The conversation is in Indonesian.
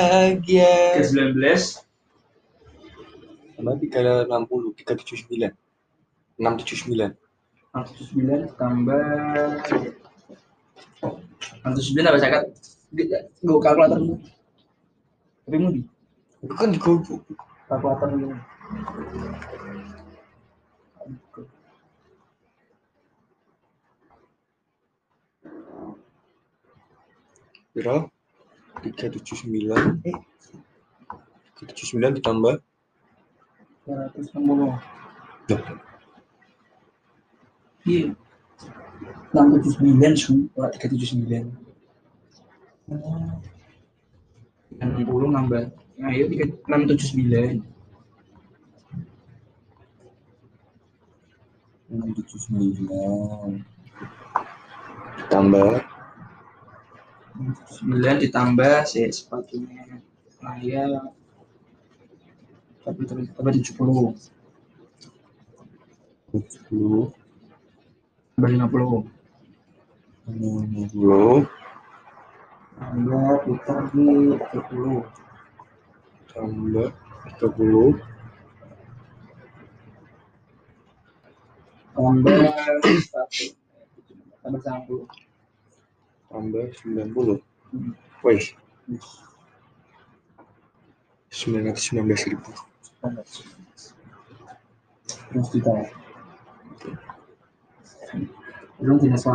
Bahagia. ke-19 sama 360, 379. 679. 69 tambah 69 apa cakat? Gue kalkulator dulu. Tapi mau di Itu kan di Google. kalkulator dulu. Berapa? 379. Eh. 379 ditambah 360. Loh. Iya. 679 sumpah 379. Ah. 60 nambah. Nah, iya 3 679. 679. Ditambah 9 ditambah si sepatunya saya tapi tapi tambah 70 70. tambah 50 50. tambah kita di 70 Tambah 30. tambah 1 tambah 1 tambah 90 Hmm. woi 919 ribu terus kita belum tidak selesai